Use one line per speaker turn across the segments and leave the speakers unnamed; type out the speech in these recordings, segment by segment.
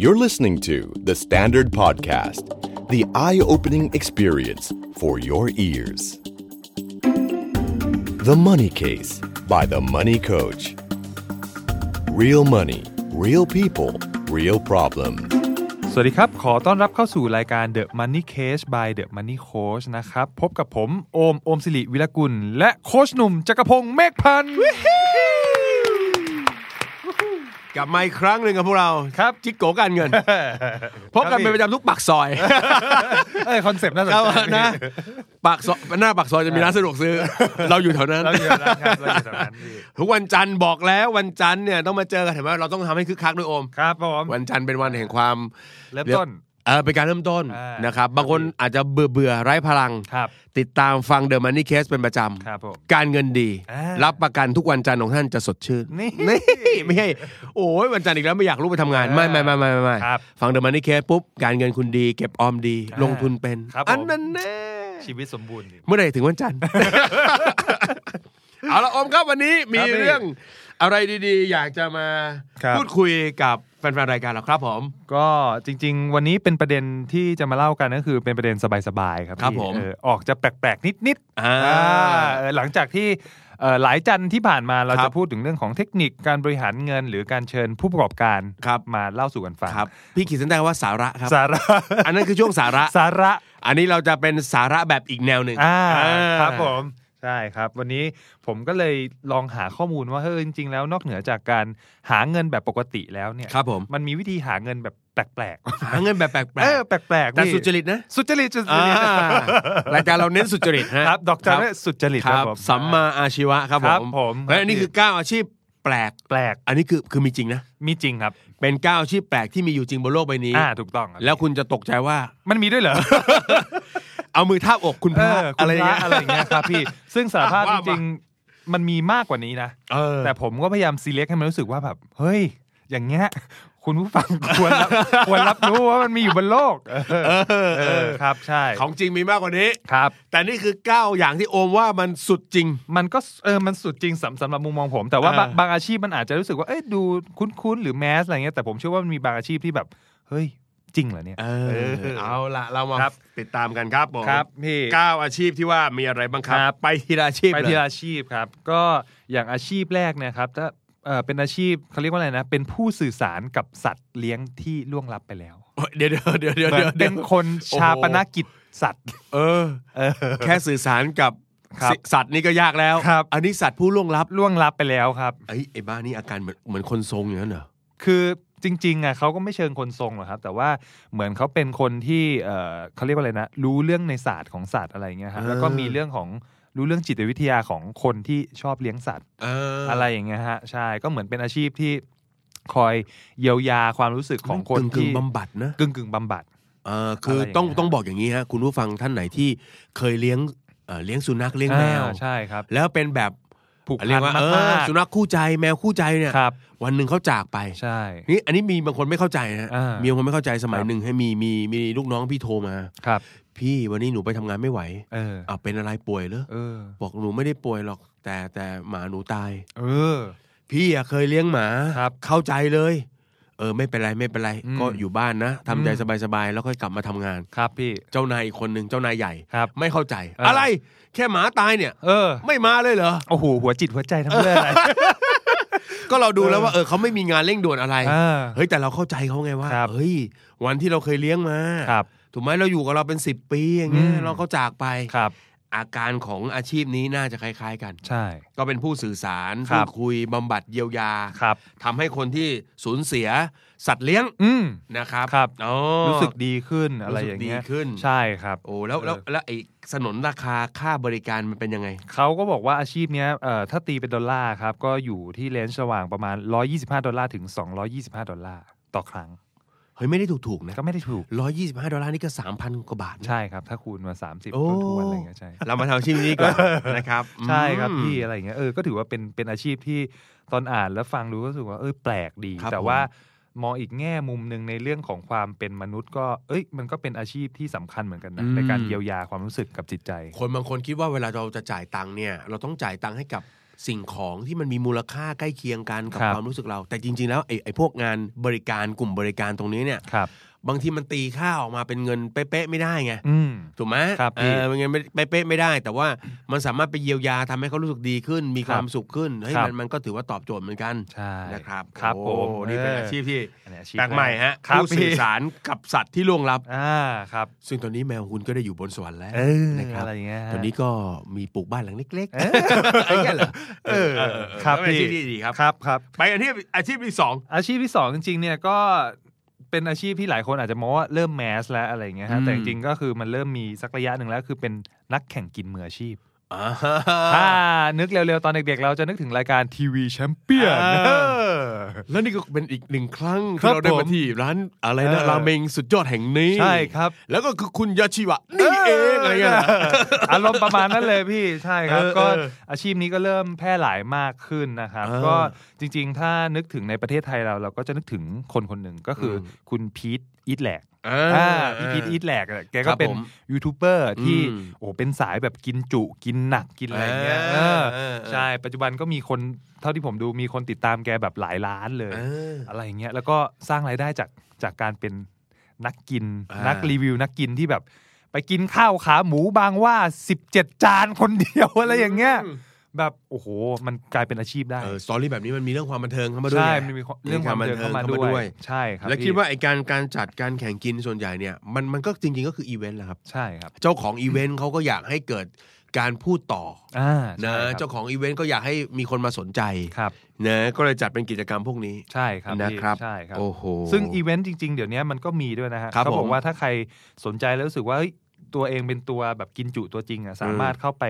You're listening to The Standard Podcast, the eye opening experience for your ears. The Money Case by The Money Coach. Real money, real people, real problem.
สวัสดีครับ ขอต้อนรับเข้าสู่รายการ The Money Case by The Money Coach นะครับ พบกับผม โอม โอมสิริวิรกุล และโคชหนุ่มจักรพงศ์เมฆพั นธ์
กลับมาอีกครั้งหนึ่งกับพวกเรา
ครับ
จิ๊กโกการ เงิน พบกัน
พี่
เป็นประจำทุกปากซอย
เอ้ยคอนเซปต์น่าสน
ครับ
ใจ
นะปากซอยหน้าปากซอยจะมีร้านสะดวก ซื้อ เราอยู่แถวนั้น
เราอยู่แล้วครับเราอยู่ตรงนั้นพี่
ทุกวันจันทร์บอกแล้ววันจันทร์เนี่ยต้องมาเจอกันเห็นไหมเราต้องทำให้คึกคักด้วยโอม
ครับผม
วันจันทร์เป็นวันแห่งความ
เริ่มต้น
เออเป็นการเริ่มต้น
อ่าน
นะครับบางคนอาจจะเบื่อเบื่อไร้พลัง
ครับ
ติดตามฟังเดอะมันนี่เคสเป็นประจำ
ครับผม
การเงินดี
อ่ารั
รับประกันทุกวันจันทร์ของท่านจะสดชื่น
นี่
ไม่ใช่โอ้ยวันจันทร์อีกแล้วไม่อยากรู้ไปทำงานไม่ไม่ไม่ไม่ไม่ไม่
ครับ
ฟังเดอะมันนี่เคสปุ๊บ การเงินคุณดี เก็บออมดี
อ่า
ลงทุนเป็น
ครับผม
อันนั้นแน่
ชีวิตสมบูรณ์ดี
เมื่อไหร่ถึงวันจันทร์ เอาละอมครับวันนี้มี
ครับพี่
เรื่องอะไรดีๆ อยากจะมา
ครับ
พูดคุยกับแฟนๆรายการเราครับผม
ก็จริง ๆ วันนี้เป็นประเด็นที่จะมาเล่ากันก็คือเป็นประเด็นสบายๆครับ
ครับ
พี่
ผม
เออออกจะแปลกๆ นิดๆ
อ่า
อ่าเออหลังจากที่เอ่อหลายจันทร์ที่ผ่านมาเรา
ครั
จะ
บ
พูดถึงเรื่องของเทคนิคการบริหารเงิน หรือการเชิญผู้ประกอบการ
ครับ
มาเล่าสู่กันฟัง
ครับ พี่ขีดเส้นใต้ว่าสาระครับ
สา ระ
อันนั้นคือช่วงสาระ
สาระ
อันนี้เราจะเป็นสาระแบบอีกแนวหนึ่ง
อ่า
อ่า
ครับผมใช่ครับ วันนี้ผมก็เลยลองหาข้อมูลว่าเฮ้ยจริง ๆ แล้วนอกเหนือจากการหาเงินแบบปกติแล้วเนี่ย
ครับผม
มันมีวิธีหาเงินแบบแปลก
หาเงินแบบแปลก
ๆเออแปลก
ๆ
ๆ
แต่
พี่
สุจริตนะ
สุจริตสุจ
อ่า
ริ ต
รายการเราเน้นสุจริตฮะ
ครับดอกจัน
ค
และ
รับ
สุจริต
ค
ครั
รั
บบ ผม
สัมมาอาชีวะครับ
ครับผม
และอันนี้คือเก้าอาชีพแปลก
แปลก
อันนี้คือคือมีจริงนะ
มีจริงครับ
เป็นเก้าอาชีพแปลกที่มีอยู่จริงบนโลกใบนี้
อ่าถูกต้องรับ
แล้วคุณจะตกใจว่า
มันมีด้วยเหรอ
เอามือทาบอกคุณพ
เอ
ระ
อ
อะ
อะไร ไร
อย่างเงี้ย
อะไรอย่างเงี้ยครับพี่ ซึ่งสารภาพ
ว่า
จ
มา
ริงๆมันมีมากกว่านี้นะ
เออ
แต่ผมก็พยายามซีเล็กให้มันรู้สึกว่าแบบ เฮ้ย อย่างเงี้ยคุณผู้ฟัง ควร รับควรรับรู้ว่ามันมีอยู่บนโลก เออ
อ
เออครับใช่
ของจริงมีมากกว่านี้
ครับ
แต่นี่คือเก้าอย่างที่โอมว่ามันสุดจริง
มันก็เออมันสุดจริงสำสำหรับมุมมองผม แต่ว่าบาง
อ่า
บางอาชีพมันอาจจะรู้สึกว่าเอ้ยดูคุ้นๆหรือแมสอะไรเงี้ยแต่ผมเชื่อว่ามันมีบางอาชีพที่แบบเฮ้ยจริงเหรอเนี่ย
เออเอาละเรามา
ครับ
ติดตามกันครับผม
ครับพี่
เก้าอาชีพที่ว่ามีอะไรบ้างครั
ครับ บ
ไปทีละอาชีพ
ไป
เลย
ทีละอาชีพครับ ก็อย่างอาชีพแรกเนะครับถ้าเอ่อเป็นอาชีพเขาเรียกว่าอะไรนะ เป็นผู้สื่อสารกับสัตว์เลี้ยงที่ล่วงลับไปแล้ว
เดี๋ยวเดี๋ยวเดี๋ยวเดี๋ยว
เหมือน
เดี๋
เป็
ยวเดี๋ย
น
ว
คน
โอ้โห
ชาปนกิจสัตว์
เออ แค่สื่อสารกับ
ครับ
สิสัตว์นี่ก็ยากแล้ว
ครับ
อันนี้สัตว์ผู้ล่วงลับ
ล่วงลับไปแล้วครับ
ไอ้ยไอ้บ้านี่อาการเหมือนเหมือนคนทรงอย่างนั้นเหรอ
คือจริงๆอ่ะเขาก็ไม่เชิงคนทรงหรอกครับ แต่ว่าเหมือนเขาเป็นคนที่เอ่อเขาเรียกว่าอะไรนะ รู้เรื่องในศาสตร์ของสัตว์อะไรเงี้ยครับ
เออ
แล้วก็มีเรื่องของรู้เรื่องจิตวิทยาของคนที่ชอบเลี้ยงสัตว์
เอออ
อะไรอย่างเงี้ยฮะใช่ก็เหมือนเป็นอาชีพที่คอยเยียวยาความรู้สึกของคน
กึ่ง
ที่
กึ่งบำบัดนะ
กึ่งกึ่งบำบัด
เออคืออะ
อ
ไร
ย่าง
ต้อง
เงี้ย
ต้องบอกอย่างนี้ฮะคุณผู้ฟังท่านไหนที่เคยเลี้ยงเอ่อเลี้ยงสุนัขเลี้ยงแมว
อ่าใช่ครับ
แล้วเป็นแบบ
ผูกพั
เรีย
น
กว่าเอ
มา
อก สุนัขคู่ใจแมวคู่ใจเนี่ย
ๆครับ
วันหนึ่งเขาจากไป
ใช่
นี่อันนี้มีบางคนไม่เข้าใจนะ
อ่ามี
มีบางคนไม่เข้าใจสมัย
ครับ
หนึ่งให้มีมีมีลูกน้องพี่โทรมา
ครับ
พี่วันนี้หนูไปทำงานไม่ไหว
เออ
อ่ะเป็นอะไรป่วยเหรอ
เออ
บอกหนูไม่ได้ป่วยหรอก แต่แต่หมาหนูตาย
เออ
พี่อ่ะเคยเลี้ยงหมา
ครับ
เข้าใจเลย เออไม่เป็นไรไม่เป็นไร
อืม
ก็อยู่บ้านนะทำใจ
อืม
สบายๆแล้วค่อยกลับมาทำงาน
ครับพี่
เจ้านายอีกคนหนึ่งเจ้านายใหญ่
ครับ
ไม่เข้าใจ
เอออ
อะไร แค่หมาตายเนี่ย
เออ
ไม่มาเลยเหรอ
โอ้โหหัวจิตหัวใจทำเรื่อง อะไร
ก็เราดูแล้วว่าเออเขาไม่มีงานเร่งด่วนอะไร
อ่า
เฮ้ยแต่เราเข้าใจเขาไงว่า
ครับ
เฮ้ยวันที่เราเคยเลี้ยงมา
ครับ
ถูกไหมเราอยู่กับเราเป็นสิบปีอย่างเงี้ย
อืม
เราก็จากไป
ครับ
อาการของอาชีพนี้น่าจะคล้าย ๆ กัน
ใช่
ก็เป็นผู้สื่อสาร
ครั
พู
บ
ดคุยบำบัดเยียวยา
ครับ
ทำให้คนที่สูญเสียสัตว์เลี้ยง
อืม
นะครับ
ครับ
อ๋อ
รู้สึกดีขึ้นอะไรอย่างเงี้ย
รู้สึกดีขึ้น
ใช่ครับ
โอ้แล้วแล้วแล้วไอ้สนนราคาค่าบริการมันเป็นยังไง
เขาก็บอกว่าอาชีพเนี้ยเอ่อถ้าตีเป็นดอลลาร์ครับ ก็อยู่ที่เลนส์ระหว่างประมาณ 125 ดอลลาร์ถึง 225 ดอลลาร์ต่อครั้ง
เฮ้ย ไม่ได้ถูก ๆ นะ
ก็ไม่ได้ถูก
ร้อยยี่สิบห้าดอลลาร์นี่ก็สามพันกว่าบาทนะ
ใช่ครับ ถ้าคูณมา 30
โอ้
ต้นทุนอะไรเงี้ยใช่
เรามาทำอาชีพนี้ ก่อน นะครับ
ใช่ครับ
อืม
พี่อะไรเงี้ยเออก็ถือว่าเป็นเป็นอาชีพที่ตอนอ่านแล้วฟังดูก็รู้สึกว่าเออแปลกดี
ครับ
แต่ว่ามองอีกแง่มุมหนึ่งในเรื่องของความเป็นมนุษย์ ก็เอ้ยมันก็เป็นอาชีพที่สำคัญเหมือนกันนะ
อืม
ในการเยียวยาความรู้สึกกับจิตใจ
คนบางคนคิดว่าเวลาเราจะจ่ายตังค์เนี่ย เราต้องจ่ายตังค์ให้กับ สิ่งของที่มันมีมูลค่าใกล้เคียงกันกับ
ครับ
ความรู้สึกเรา แต่จริง ๆ แล้วไอ้ไอ้พวกงานบริการกลุ่มบริการตรงนี้เนี่ย
ครับ
บางทีมันตีค่าออกมาเป็นเงินเป๊ะๆไม่ได้ไง
อืม
ถูกไหม
ครับ
เอ
พี่
อมันเงินไม่เป๊ะๆไม่ได้ แต่ว่ามันสามารถไปเยียวยาทำให้เขารู้สึกดีขึ้น มี
ค
ครับ วามสุขขึ้นเฮ้ย
ครับ
มันมันก็ถือว่าตอบโจทย์เหมือนกัน
ใช่
นะครับ
ครับ
โอ้
ผม
นี่เป็นอาชีพที่
อันนี้อาชีพ
แปลกใหม่ฮะ
ครับ
ผู้
พี่
สื่อสารกับสัตว์ที่ล่วงลับ
อ่าครับ
ซึ่งตอนนี้แมวของคุณก็ได้อยู่บนสวรรค์แล้ว
เออ
นะครับ
อะไรอย่างเงี้ยฮะ
ตอนนี้ก็มีปลูกบ้านหลังเล็กๆ
เออ
ไอ้เงี้ยเหรอ
เออ
เออเออเออ
ครับ
เป็นอา
พี่
ชีพที่ดีครับ
ครับครับ
ไปอาชีพอาชีพที่สอง
อาชีพที่สองจริงๆเนี่ยก็เป็นอาชีพที่หลายคนอาจจะมองว่าเริ่มแมสแล้วอะไรอย่างเงี้ยฮะ
อืม
แต่จริงๆก็คือมันเริ่มมีสักระยะหนึ่งแล้ว คือเป็นนักแข่งกินมืออาชีพ
อ่
ถ้า
า
นึกเร็วๆ ตอนเด็กๆ เราจะนึกถึงรายการทีวีแชมเปี้ยน
แล้วนี่ก็เป็นอีกหนึ่งครั้ง
ครับ
ที่เราได้
ผม
มาที่ร้านอะไรนะ
เออ
ราเมงสุดยอดแห่งนี้
ใช่ครับ
แล้วก็คือคุณยาชิวะนี่เองอะไรเงี้ย
อารมณ์ประมาณนั้นเลยพี่ใช่ครับ
เออ
ก็
เออ
อาชีพนี้ก็เริ่มแพร่หลายมากขึ้นนะครับ
เออ
ก็จริงๆ ถ้านึกถึงในประเทศไทยเราเราก็จะนึกถึงคนคนหนึ่งก็คืออ
ม
คุณพีทอีทแหลก
อ่า
อ่าพี่พีทอีทแหลกอะแก
ค
ก็
รับ
เป็น
ผม
ยูทูบเบอร์ที่
อืม
โอ้เป็นสายแบบกินจุกินหนักกินอะไรเงี้ย
เออ
เออ
เออเออ
ใช่ปัจจุบันก็มีคนเท่าที่ผมดูมีคนติดตามแกแบบหลายล้านเลย
เออ
อะไรเงี้ยแล้วก็สร้างรายได้จากจากการเป็นนักกิน
อ่านั
นักรีวิวนักกินที่แบบไปกินข้าวขาหมูบางว่า 17 จานคนเดียว อะไรอย่างเงี้ยแบบโอ้โหมันกลายเป็นอาชีพได้
เออสตอรี่แบบนี้มันมีเรื่องความบันเทิงเข้ามาด้วย
ใช่
ไง
มันมีเรื่องความบันเทิงเข้ามาด้วย ใช่ครับ
แล้ว
พี่
คิดว่าไอการการจัดการแข่งกินส่วนใหญ่เนี่ยมันมันก็จริงๆก็คืออีเวนต์แหละครับ
ใช่ครับ
เจ้าของอีเวนต์เขาก็อยากให้เกิดการพูดต่อ
อ่า
นะ
ใช่ครับ
เจ้าของอีเวนต์ก็อยากให้มีคนมาสนใจ
ครับ
นะก็เลยจัดเป็นกิจกรรมพวกนี้
ใช่ครับ
นะ
พี่
ครับ
ใช่ครับ
โอ้โห
ซึ่งอีเวนต์จริง ๆ เดี๋ยวนี้มันก็มีด้วยนะฮะ
ครับ
เขาบอ
ผ
ก
ม
ว่าถ้าใครสนใจแล้วรู้สึกว่าเฮ้ยตัวเองเป็นตัวแบบกินจุตัวจริงอ่ะสามารถเข้าไป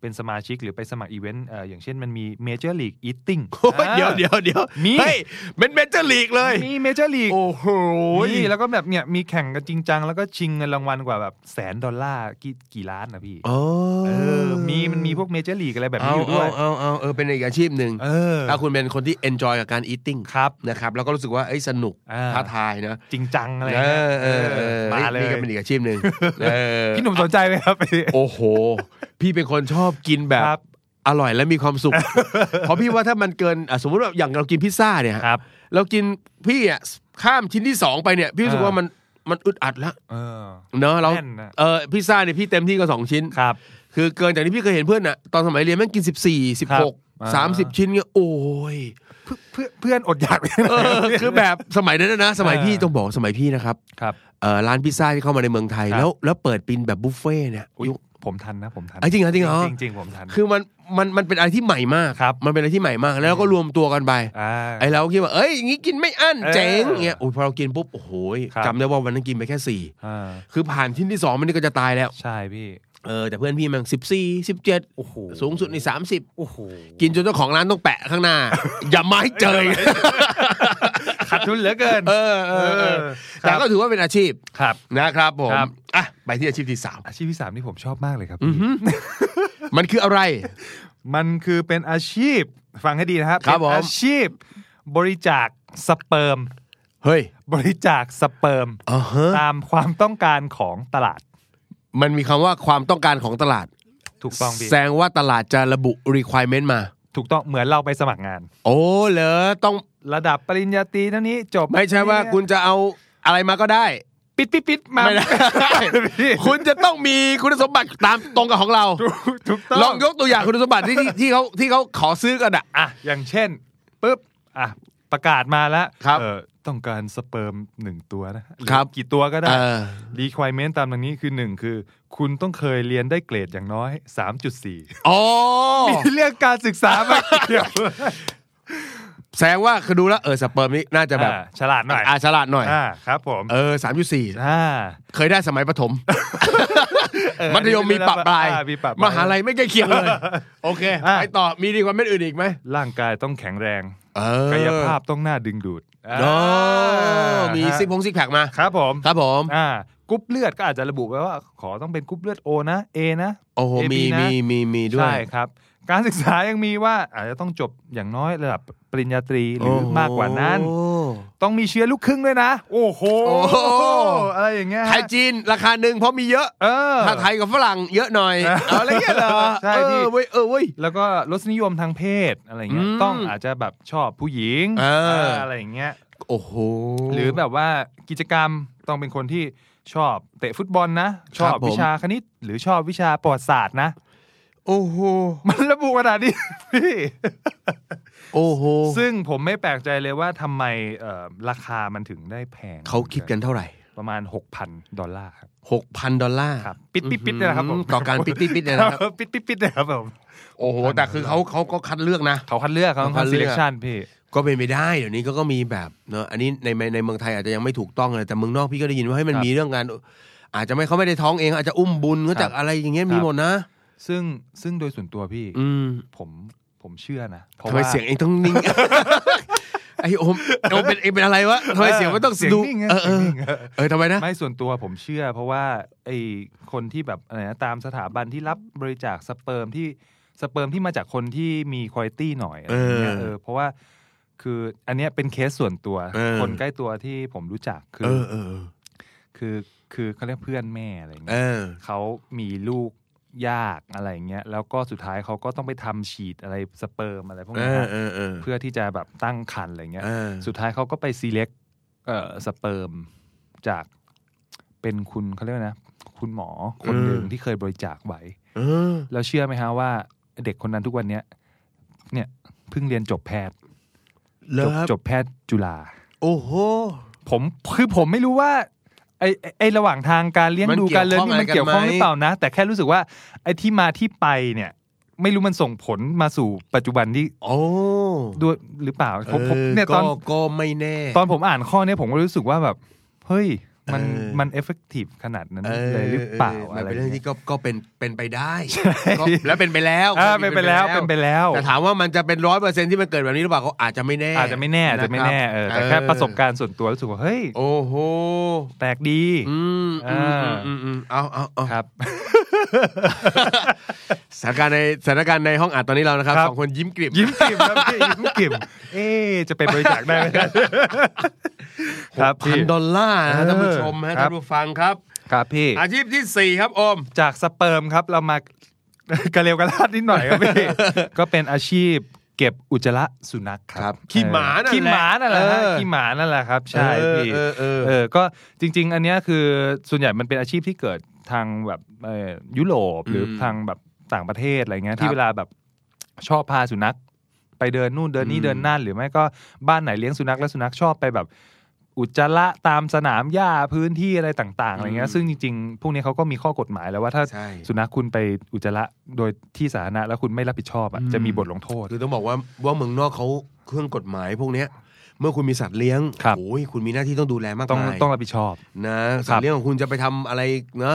เป็นสมาชิกหรือไปสมัครอีเวนต์เอ่ออย่างเช่นมันมีเมเจอร์ลีกอีทติ้ง
โอ้ยเดี๋ยวเดี๋ยวเดี๋ยว
มี
เฮ้ยเป็นเมเจอร์ลีกเลย
มีเมเจอร์ลีก
โอ้โห
นี่แล้วก็แบบเนี่ยมีแข่งกันจริงจังแล้วก็ชิงเงินรางวัลกว่าแบบแสนดอลลาร์กี่กี่ล้านนะพี่
โอ้
เออมีมันมีพวกเมเจอร์ลีกอะไรแบบนี้อยู่ด้วย
เอาเอาเอาเออเป็นอีกอาชีพหนึ่ง
เออ
ถ้าคุณเป็นคนที่ enjoy กับการ eating
ครับ
นะครับ แล้วก็รู้สึกว่าเอ้ยสนุก
อ่า
ท้าทายนะ
จริงจังอะไร
เอ
เงี้ย
อเออเออ
มาเลย
นี่ก็เป็นอีกอาชีพหนึ่งเออ
พี่หนุ่มสนใจไหมครับ
โอ้โห พี่เป็นคนชอบกินแบ
ครับ
อร่อยและมีความสุ ข เพราะพี่ว่าถ้ามันเกินอ่ะสมมติว่าอย่างเรากินพิซซ่าเนี่ย
ครับ
เรากินพี่อ่ะข้ามชิ้นที่สองไปเนี่ยพี่รู้สึกว่ามันมันอึดอัดละ
เออ
เนอะเรา
แน่นอะ
เออพิซซ่าเนี่ยพี่เต็มที่ก็สองชิ้น
ครับ
คือเกินจากที่พี่เคยเห็นเพื่อนอะตอนสมัยเรียนแม่งกินสิบสี่สิบ
ครั
ห
บ
ก
อ่า
สามสิบชิ้นเงี้ยโอ้ย
เพื่อนเพื่อนเพื่อนอดอยากไปนะ
เออคือแบบสมัยนั้นนะ สมัยพี่
เออ
ต้องบอกสมัยพี่นะครับ
ครับ
เออร้านพิซซ่าที่เข้ามาในเมืองไทย
ครับ
แล้วแล้วเปิดปินแบบบุฟเฟ่ต์เนี่ย
อุ๊ย
ยุค
ผมทันนะผมทัน
ไอ้จริงเหรอจริงเหรอ
จริงๆจริงๆผมทัน
คือมันมันมันเป็นอะไรที่ใหม่มาก
ครับ
มันเป็นอะไรที่ใหม่มาก แล้วก็รวมตัวกันไป
อ่า
ไอ้เราคิดว่าเอ้ยอย่างงี้กินไม่อั้น
เออ
เจ๋งเงี้ยโอ้ยพอเรากินปุ๊บโอ้โหย
ครับ
จำได้ว่าวันนั้นกินไปแค่สี่
อ่า
คือผ่านชิ้นที่สองมันนี่ก็จะตายแล้ว
ใช่พี่
เออแต่เพื่อนพี่มันสิบสี่สิบเจ็ด
โอ้โห
สูงสุดในสามสิบ
โอ้โห
กินจนเจ้าของร้านต้องแปะข้างห น้า อย่ามาให้เจออีก
ขาดทุนเหลือเกิน
เออเออเออ
ครับ
แต่ก็ถือว่าเป็นอาชีพ
ครับ
นะครับผม
ครับ
อ่ะไปที่อาชีพที่สาม
อาชีพที่สามนี่ผมชอบมากเลยครับ
อื้อ
พี่
หือมันคืออะไร
มันคือเป็นอาชีพฟังให้ดีนะครับ
ครับ
เป็น
ผม
อาชีพ บริจาคสเปิร์ม
เฮ้ย
บริจาคสเปิร์ม
อ๋อฮะ
ตามความต้องการของตลาด
มันมีคำว่าความต้องการของตลาด
ถูกต้องพี่
แสดงว่าตลาดจะระบุ requirement มา
ถูกต้องเหมือนเราไปสมัครงาน
โอ้เหรอต้อง
ระดับปริญญาตรีเท่านี้จบ
ไม่ใช่ว่าคุณจะเอาอะไรมาก็ได้
ปิดปิดปิดมา
ไม่ได้ คุณจะต้องมีคุณสมบัติตามตรงกับของเรา
ถูกต้อง
ลองยกตัวอย่างคุณสมบัติที่ที่ที่เขาที่เขาขอซื้อกันอ่ะ
อ่ะอย่างเช่นปุ๊บอ่ะประกาศมาแล้ว
ครับ
เออต้องการสเปิร์มหนึ่งตัวนะหอ
ครับ
กี่ตัวก็ได้
เออ
requirement ตามดังนี้คือหนึ่งคือ คุณต้องเคยเรียนได้เกรดอย่างน้อย 3.4
อ๋อ
มีเรื่องการศึกษามาเกี่ยว
แสดงว่าคือดูแล้วเออสเปิร์มนี่น่ าจะแบบ
อ่าฉลาดหน่อย
อาฉลาดหน่อย
อ่าครับผม
เออสามจุดสี่
อ่า
เคยได้สมัยประถม มัธยมมีปรับปลาย
อ่ามีปรับปลาย
มหาลัยไม่ใกล้เคียงเลย โอเค
อ่ะ
ไปต่อมีดีกว่าไม่อื่นอีกไหม
ร่างกายต้องแข็งแรง
เออก
ายภาพต้องน่าดึงดูด
โอ้
า
มีซิกพงซิกแพคมา
ครับผม
ครับผม
อ่ากรุ๊ปเลือดก็อาจจะระบุไว้ว่า ขอต้องเป็นกรุ๊ปเลือด O นะ A นะ
โอ้โห
AB
มี
นะ
มีมีมีด้วย
ใช่ครับ การศึกษายังมีว่าอาจจะต้องจบอย่างน้อยระดับปริญญาตรีหรือ
โโ
มากกว่านั้น ต้องมีเชื้อลูกครึ่งด้วยนะ โอ้โห
โอ้โห
อะไรอย่างเงี้ย
ไทยจีนราคาหนึ่งเพราะมีเยอะ
เออ
ถ้าไทยกับฝรั่งเยอะหน่อย เอาอะไรเงี้ยเหรอ
ใช่
เอ
พี่
อเว้ยเออเว้ย
แล้วก็รสนิยมทางเพศอะไรเงี้ย
อืม
ต้องอาจจะแบบชอบผู้หญิง
เออ
เอออะไรอย่างเงี้ย
โอ้โห
หรือแบบว่ากิจกรรมต้องเป็นคนที่ชอบเตะฟุตบอลนะ ชอบ
ครับผม
วิชาคณิต หรือชอบวิชาประวัติศาสตร์นะ
โอ้โห
มันระบุขนาดนี้ พี่
โอ้โห
ซึ่งผมไม่แปลกใจเลยว่าทำไมเอ่อราคามันถึงได้แพง
เขาคิดกันเท่าไหร่
ประมาณ 6,000 ดอลลาร์ครับ
หกพันดอลลาร์
ครับปิดปิดปิดเลยนะครับผม
ต่อการ ปิดปิดปิดเนี่ยนะครับ
ปิดปิดปิดเลยครับผม
โอ้โห แต่คือเขาเขาก็คัดเลือกนะ
เขาคัดเลือกเขา
คั
คัด
ดเลื
เลื
อ
อก กชันพี่
ก็เป็นไปได้เดี๋ยวนี้ก็ก็มีแบบเนอะอันนี้ในในในเมืองไทยอาจจะยังไม่ถูกต้องเลยแต่เมืองนอกพี่ก็ได้ยินว่าให้มัน
ครับ
มีเรื่องการอาจจะไม่เขาไม่ได้ท้องเอง อาจจะอุ้มบุญก็จากอะไรอย่างเงี้
ค
ย
รับ
มีหมดนะ
ซึ่งซึ่งโดยส่วนตัวพี่
อืม
ผมผมเชื่อนะเพราะ
ทำไม
ว่า
เสียงเองต้องนิ่ง ไอโอมโอมเป็นเองเป็นอะไรวะทำไมเสียงมันต้อง
เสียง
ดู
นิ่งไง
เออเอ
เสียง
อ
นิ่ง
เออทำไมนะ
ไม่ส่วนตัวผมเชื่อ เพราะว่าไอคนที่แบบอะไรนะตามสถาบันที่รับบริจาคสเปิร์มที่สเปิร์มที่มาจากคนที่มีคุณตี้หน่อยอะไรอย่างเงี้ย
เออ
เออเพราะว่าคืออันเนี้ยเป็นเคสส่วนตัว
เออ
คนใกล้ตัวที่ผมรู้จักคื
เอ
อ
อเออ
คือคือเขาเรียกเพื่อนแม่อะไร
เอ
เงี้ย
อ
เขามีลูกยากอะไรเงี้ยแล้วก็สุดท้ายเขาก็ต้องไปทำฉีดอะไรสเปิร์มอะไรพวก
เอ
เนี้ย
อ
นะ
เออเออ
เพื่อที่จะแบบตั้งครรภ์อะไรเงี้ย
เออ
สุดท้ายเขาก็ไป select เอ่อสเปิร์มจากเป็นคุณเขาเรียกว่านะ คุณหมอคนหนึ่งที่เคยบริจาคไว้
เออ
แล้วเชื่อไหมฮะว่า เด็กคนนั้นทุกวันเนี้ยเนี่ยเพิ่งเรียนจบแพทย์
เลิ
จบ
ฟ
จบแพทย์จุฬา
โอ้โห
ผมคือผมไม่รู้ว่าไอ้ไอ้ไอ้ระหว่างทางการเลี้ยง
มัน
ดูการเลี้ยงนี่
เกี่ยว
มันเกี่ยว
ข้อง
ข้อง
อะไร
ห
กันไหม
รือเปล่านะ แต่แค่รู้สึกว่า ไอ้ที่มาที่ไปเนี่ย ไม่รู้มันส่งผลมาสู่ปัจจุบันที่
โอ้
ด้วยหรือเปล่าผมผมเนี่ย
ก็
ตอน
ก็ไม่แน่
ตอนผมอ่านข้อเนี้ยผมก็รู้สึกว่าแบบ เฮ้ย มัน
เออ
มันเอฟเฟกตีฟขนาดนั้นเลยหรือเปล่า
มัน
อะไร
เป็นเรื่อง
เงี้ย
ที่ก็ก็เป็นเป็นไปได้ก็และเป็นไปแล้ว
อ่าเป็นไปแล้วเป็นไปแล้ว
แต่ถามว่ามันจะเป็นร้อยเปอร์เซ็นที่มันเกิดแบบนี้หรือเปล่าก็อาจจะไม่แน่
อาจจะไม่แน่อาจจะไม่แน่เออแต่แค่ประสบการณ์ส่วนตัวรู้สึกว่า เฮ้ย
โอ้โห
แปลกดี
อืมอืมอืมอืมอืมเอาเอาเอา
ครับ
สถานการณ์ในสถานการณ์ในห้องอัดตอนนี้เรานะครับ
ครับ
สองคนยิ้มกริบ
ยิ้มกลิ่มครับ พี่ยิ้มกลิ่มเอ๊ะจะไปบริจาคได้ไหมครับครับ
พั
พี่
นดอลลาร์นะท่านผู้ชมฮะ
เออครับ
ท่านผู้ฟังครับ
ครับพี่
อาชีพที่สี่ครับโอม
จากสเปิร์มครับเรามา กระเร็วกระลาดนิดหน่อยครับ พี่ ก็เป็นอาชีพเก็บอุจจาระสุนัขค
ครั
รั
บบ ขี้หมานั่นแหละ
ขี้หมานั่นแหละฮะ
เออ
ขี้หมานั่นแหละครับ ใช่พี่
เออเออเออ
เออก็จริง ๆ อันเนี้ยคือส่วนใหญ่มันเป็นอาชีพที่เกิดทางแบบเอ่อยุโรปหรือทางแบบต่างประเทศอะไรเงี้ยที่เวลาแบบชอบพาสุนัข ไปเดินนู่นเดินนี่เดินนั่นหรือไม่ก็บ้านไหนเลี้ยงสุนัขและสุนัขชอบไปแบบ อุจจาระตามสนามหญ้าพื้นที่อะไรต่างๆอะไรเงี้ยซึ่งจริงๆ พวกนี้เขาก็มีข้อกฎหมายแล้วว่าถ้า
ใช่
สุนัขคุณไปอุจจาระโดยที่สาธารณะแล้วคุณไม่รับผิดชอบอ่ะจะมีบทลงโทษ
คือต้องบอกว่าว่าเมืองนอกเขาเครื่องกฎหมายพวกเนี้ยเมื่อคุณมีสัตว์เลี้ยง
ครับ
โอ้ยคุณมีหน้าที่ต้องดูแลมาก
ต้อง
มาย
ต้องรับผิดชอบ
นะ
ค
สั
รับ
ตว์เลี้ยงของคุณจะไปทำอะไรเนะ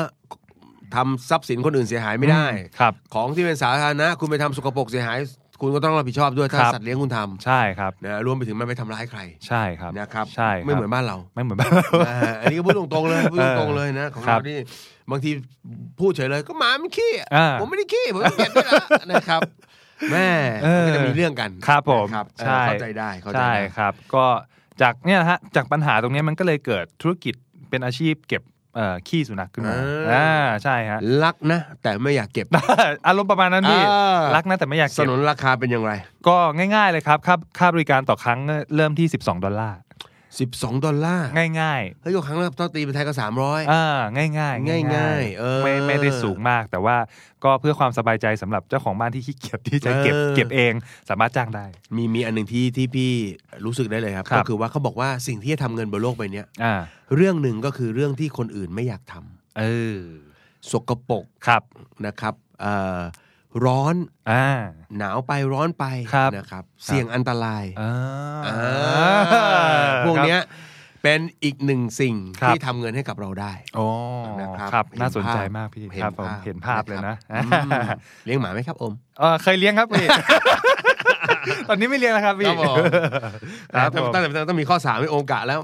ทำทรัพย์สินคนอื่นเสียหายไม่ได้
อืครับ
ของที่เป็นสาธารณะคุณไปทำสกปรกเสียหาย คุณก็ต้องรับผิดชอบด้วยถ้า
ครับ
สัตว์เลี้ยงคุณท
ใช่ครับ
ำนะรวมไปถึงมันไปทำร้ายใคร
ใช่ครับ
นะครับ
ใช่ครับ
ไม่เหมือนบ้านเรา
ไม่เหมือนบ้าน
อ่าอันนี้ก็พูดตรงๆ เลยพูดตรงๆเลยนะของ
ครั
เรา
บ
ที่บางทีพูดเฉยเลยก็หมามันขี้อะ
อ่า
ผมไม่ได้ขี้ผมไม่เก็บด้วยนะนะครับแม่มันก็จะมีเรื่องกัน
ครับผม
นะครับเออ
ใช่
เข้าใจได้เข้าใจ
ใช่
ได้
ครับ ก็จากเนี่ยนะฮะจากปัญหาตรงเนี้ยมันก็เลยเกิดธุรกิจเป็นอาชีพเก็บเอ่อขี้สุนัขขึ้นมา
เอออ่
อ่าใช่ฮะ
รักนะ แต่ไม่อยากเก็บ
อารมณ์ประมาณนั้นพี่
อ่ารั
รักนะแต่ไม่อยาก
ส
เก็บ
นนราคาเป็นอย่างไร
ก็ง่ายๆเลยครับค่าค่าบริการต่อครั้งเริ่มที่ 12 ดอลลาร์
12 ดอลลาร์
ง่าย
เฮ้ยยกครั้งละเท่าตีเป็นไทยก็
ๆอ่าง่ายๆง่าย
ง่ายๆเออ
ไม่ไม่ได้สูงมาก แต่ว่าก็เพื่อความสบายใจสำหรับเจ้าของบ้านที่ขี้เกียจที่จะเก็บ
เออ
เก็บเองสามารถจ้างได้
300 มีมีอันหนึ่งที่ที่พี่รู้สึกได้เลยครับ
ครับ
ก็คือว่าเขาบอกว่าสิ่งที่จะทำเงินบนโลกใบเนี้ย
อ่า
เรื่องหนึ่งก็คือเรื่องที่คนอื่นไม่อยากทำ
เออ
สกปรก
ครับ
นะครับเอ่อร้อน
อ่า
หนาวไปร้อนไป
ครับ
นะครับ เสี่ยงอันตราย
อ่า
อ่า
ครับ
พวกเนี้ยเป็นอีกหนึ่งสิ่ง
ครับ
ที่ทำเงินให้กับเราได้
โอ้
นะครับ
ครับ
เห็น
น่าสนใจ
ภาพ
มากพี่
เห็น
ครับผม
ภาพ
เห็นภาพเลย
นะ
นะครับ
อืมเลี้ยงหมาไหมครับอม
เออเคยเลี้ยงครับพี่ ตอนนี้ไม่เลี้ยงแล้วครับพี่
ครับผม
ครับ
แต่
ผม
ตั้งแต่ตั้งแต่ต้องมีข้อสามในองค์กะแล้ว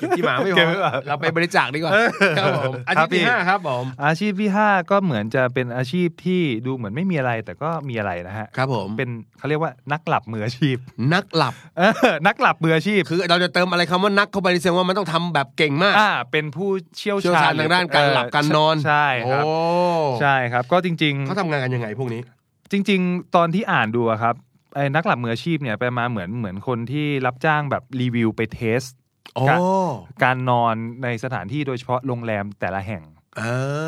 อยู่ที่หมาไม่พ
เก็บ
อ
ไว้ก่อน
เราไปบริจาคดีกว่าครับผมอา
ครับ
ชีพ
พี่
ที่ห้าครับผม
อาชีพที่ห้าก็เหมือนจะเป็นอาชีพที่ดูเหมือนไม่มีอะไรแต่ก็มีอะไรนะฮะ
ครับผม
เป็นเขาเรียกว่านักหลับมืออาชีพ
นักหลับ
เออนักหลับมืออาชีพ
คือเราจะเติมอะไรคำว่านักเข้าไปแสดงว่ามันต้องทำแบบเก่งมาก
อ่า เป็นผู้เชี่ยว
เชี่ยวชาญทางด้านการหลับการนอน
ใช่ครับ
โอ้
ใช่ครับ ก็จริง
เขาทำงานกันยังไงพวกนี้
ๆ จริง ๆ ตอนที่อ่านดูอะครับไอ้นักหลับมืออาชีพเนี่ยไปมาเหมือนเหมือนคนที่รับจ้างแบบรีวิวไปเทส
โอ้
การ การนอนในสถานที่โดยเฉพาะโรงแรมแต่ละแห่ง
เอ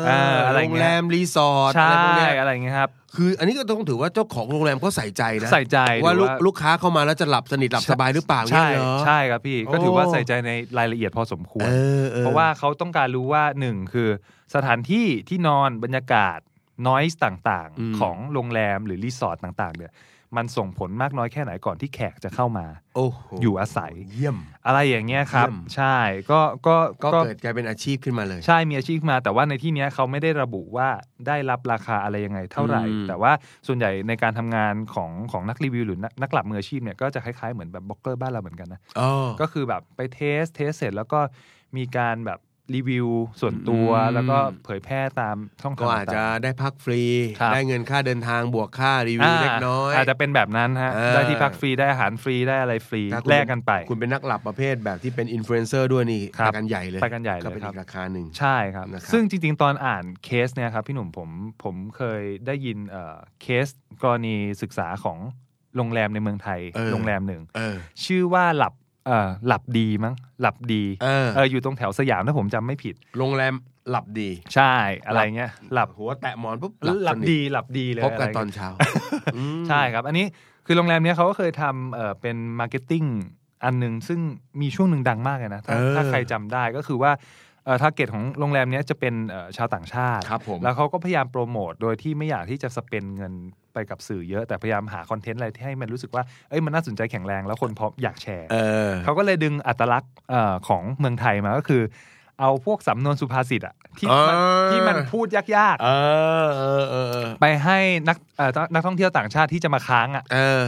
เออ
อ
อะไร
โร
เงี้ย
งแรมรีสอร์ทอะ
ใช่
ไรพวกเนี้ย
อะไรอย่างเงี้ยครับ
คืออันนี้ก็ต้องถือว่าเจ้าของโรงแรมก็ใส่ใจนะ
ใส่ใจ
ว่า
ห
ลู
รื
ก
อ
ลูกค้าเข้ามาแล้วจะหลับสนิทหลับ
ใช่
สบายหรือเปล่า
ใช่
เงี้ยเหรอ
ใช่ครับพี่ก็ถือว่า
โอ้
ใส่ใจในรายละเอียดพอสมควร
เออออ
เพราะว่าเขาต้องการรู้ว่าหนึ่งคือสถานที่ที่นอนบรรยากาศนอยส์ต่างๆ ของโรงแรมหรือรีสอร์ทต่างๆเนี่ยมันส่งผลมากน้อยแค่ไหนก่อนที่แขกจะเข้ามา
โอ้โห
อยู่อาศัย
เยี่ยม
อะไรอย่างเงี้ยครับ
เยี่ยม
ใช่ก็ก็
ก็เกิดกลายเป็นอาชีพขึ้นมาเลย
ใช่มีอาชีพมา แต่ว่าในที่เนี้ยเขาไม่ได้ระบุว่าได้รับราคาอะไรยังไงเท่าไหร่
อืม
แต่ว่าส่วนใหญ่ในการทำงานของของนักรีวิวหรือนักนักหลับมืออาชีพเนี่ยก็จะคล้ายๆเหมือนแบบบล็อกเกอร์บ้านเราเหมือนกันนะ
อ๋อ
ก็คือแบบไปเทสเทสเสร็จแล้วก็มีการแบบรีวิวส่วนตัว
อืม
แล้วก็เผยแพร่ตามช่องทา
ก็
ง
อาจจะ
ต่าง
ได้พักฟรี
ครับ
ได้เงินค่าเดินทางบวกค่ารี
ๆ
วิวเล็กน้อย
าอาจจะเป็นแบบนั้นฮะ
เออ
ได้ที่พักฟรีได้อาหารฟรีได้อะไรฟรี
ถ้าคุณ
แลกกันไป
คุณเป็นนักหลับประเภทแบบที่เป็นอินฟลูเอนเซอร์ด้วยนี่
ครับ
ไปกันใหญ่เลย
ไปกันใหญ่เลย
ก็เป็น
ครับ
อีกราคาหนึ่ง
ใช่ครับ
นะครับ
ซึ่งจริงๆ ตอนอ่านเคสเนี่ยครับพี่หนุ่มผมผมเคยได้ยินเอ่อเคสกรณีศึกษาของโรงแรมในเมืองไทย
เออ
โรงแรมหนึ่ง
เออ
ชื่อว่าหลับเอ่อหลับดีมั้งหลับดี
เออ
เอออยู่ตรงแถวสยามถ้าผมจำไม่ผิด
โรงแรมหลับดี
ใช่อะไรเงี้ยหลับ
หัวแตะหมอนปุ๊บ
หลับ
สนิท
ดีหลับดีเลย
พบกันะ
ไร
ตอนเช้า อืม
ใช่ครับ อันนี้คือโรงแรมเนี้ยเขาก็เคยทำเอ่อเป็นมาร์เก็ตติ้งอันหนึ่งซึ่งมีช่วงหนึ่งดังมากเลยนะถ้า
เออ
ถ้าใครจำได้ก็คือว่าเอ่อทาร์เก็ตของโรงแรมเนี้ยจะเป็นเอ่อชาวต่างชาติ
ครับผม
แล้วเขาก็พยายามโปรโมทโดยที่ไม่อยากที่จะสเปนเงินไปกับสื่อเยอะ แต่พยายามหาคอนเทนต์อะไรที่ให้มันรู้สึกว่าเอ้ยมันน่าสนใจแข็งแรงแล้วคนพร้อมอยากแชร์
เออ
เขาก็เลยดึงอัตลักษณ์เอ่อของเมืองไทยมาก็คือ เอาพวกสำนวนสุภาษิตอะที่มัน
เออ
ที่มันพูดยาก
เออเออเออเออ
ๆไปให้นักเอ่อนักท่องเที่ยวต่างชาติที่จะมาค้างอะ
เออ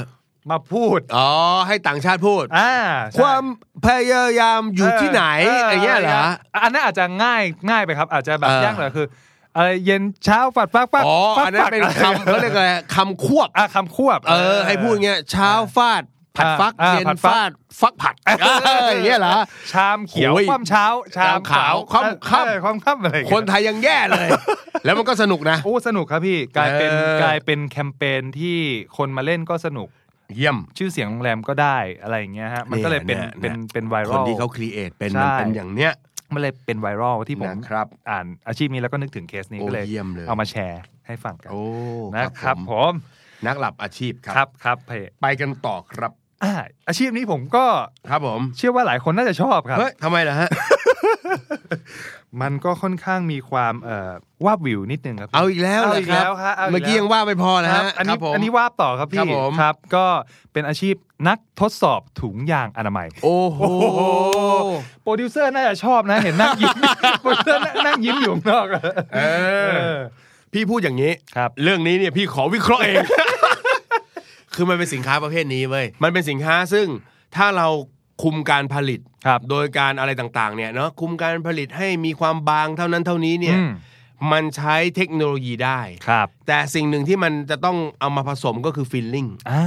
มาพูด
อ๋อให้ต่างชาติพูด
อ่า
ความพยายามอยู่ที่ไหนอะไรเงี้ยเหรอ
อันนั้นอาจจะง่ายง่ายไปครับ อาจจะแบบ
เออ
ยากหน่อยคืออะไรเย็นเช้าฝัดฟักฟัก
อ๋อ
ฟัก
อันนั้นเป็น
ฟัก
คำเขาเรียกอะไรคำควบ
อ่ะคำควบ
เออ ให้พูดเงี้ยเช้าฟาด ผัดฟัก
อ่า
เย็น
ผัดฟัก
ฟาด ฟักผัดเอออย่างเงี้ยเหรอ
ชามเขียว
โอ้ย
ความเช้าชาม
ชามขาว
เอ่อ
ค่ำๆ
เออความค่ำอะไรอย่าง
ค
เงี้
น
ย
ไทยยังแย่เลย แล้วมันก็สนุกนะ
โอ้สนุกครับพี่กลายเป็น
เออ
กลายเป็นแคมเปญที่คนมาเล่นก็สนุก
เยี่ยม
ชื่อเสียงโรงแรมก็ได้อะไรอย่างเงี้ยฮะมันก็เลยเป็น
เนี่ย
เป็น
เนี่ย
เป็นไว
ค
รัล
นที่เขาครีเอทเป็น
ใช่
มันเป็นอย่างเนี้ย
มันเลยเป็นไวรัลที่ผม
นะครับ
อ่านอาชีพนี้แล้วก็นึกถึงเคสนี้
โอ้
ก็เลย
เยี่ยมเลย
เอามาแชร์ให้ฟังกัน
โอ้
นะครับ
ผม
ผม
นักหลับอาชีพค
ครั
รับ
ครับเพจ
ไปกันต่อครับ
อาอาชีพนี้ผมก็
ครับผม
เชื่อว่าหลายคนน่าจะชอบครับ
เฮ้ยทำไมล่ะฮะ
มันก็ค่อนข้างมีความเอ่อวาบวิวนิดนึงครับพี่
เอาอีกแล้ว
เอา
หร
อีกแล้วฮะเอาอีกแล้ว
เมื่อกี้ยังว่าไม่พอนะ
ครั
ฮะ
บอัน
ครั
นี้
บผม
อันนี้วาบต่อครับ
ครั
พี่
บผม
ครับ ก็เป็นอาชีพนักทดสอบถุงยางอนามัย
โอ้โห
โปรดิวเซอร์น่าจะชอบนะ เห็นนั่งยิ้ม โปรดิวเซอร์นั่งยิ้มอยู่ข้างนอกอะ
เออ พี่พูดอย่างนี้
ครับ
เรื่องนี้เนี่ยพี่ขอวิเคราะห์เอง คือมันเป็นสินค้าประเภทนี้เว้ย มันเป็นสินค้าซึ่งถ้าเราคุมการผลิต
ครับ
โดยการอะไรต่างๆ เนี่ยเนาะ คุมการผลิตให้มีความบางเท่านั้นเท่านี้เนี่ย
อืม
มันใช้เทคโนโลยีได้
ครับ
แต่สิ่งหนึ่งที่มันจะต้องเอามาผสมก็คือฟีลลิ่ง
อ่า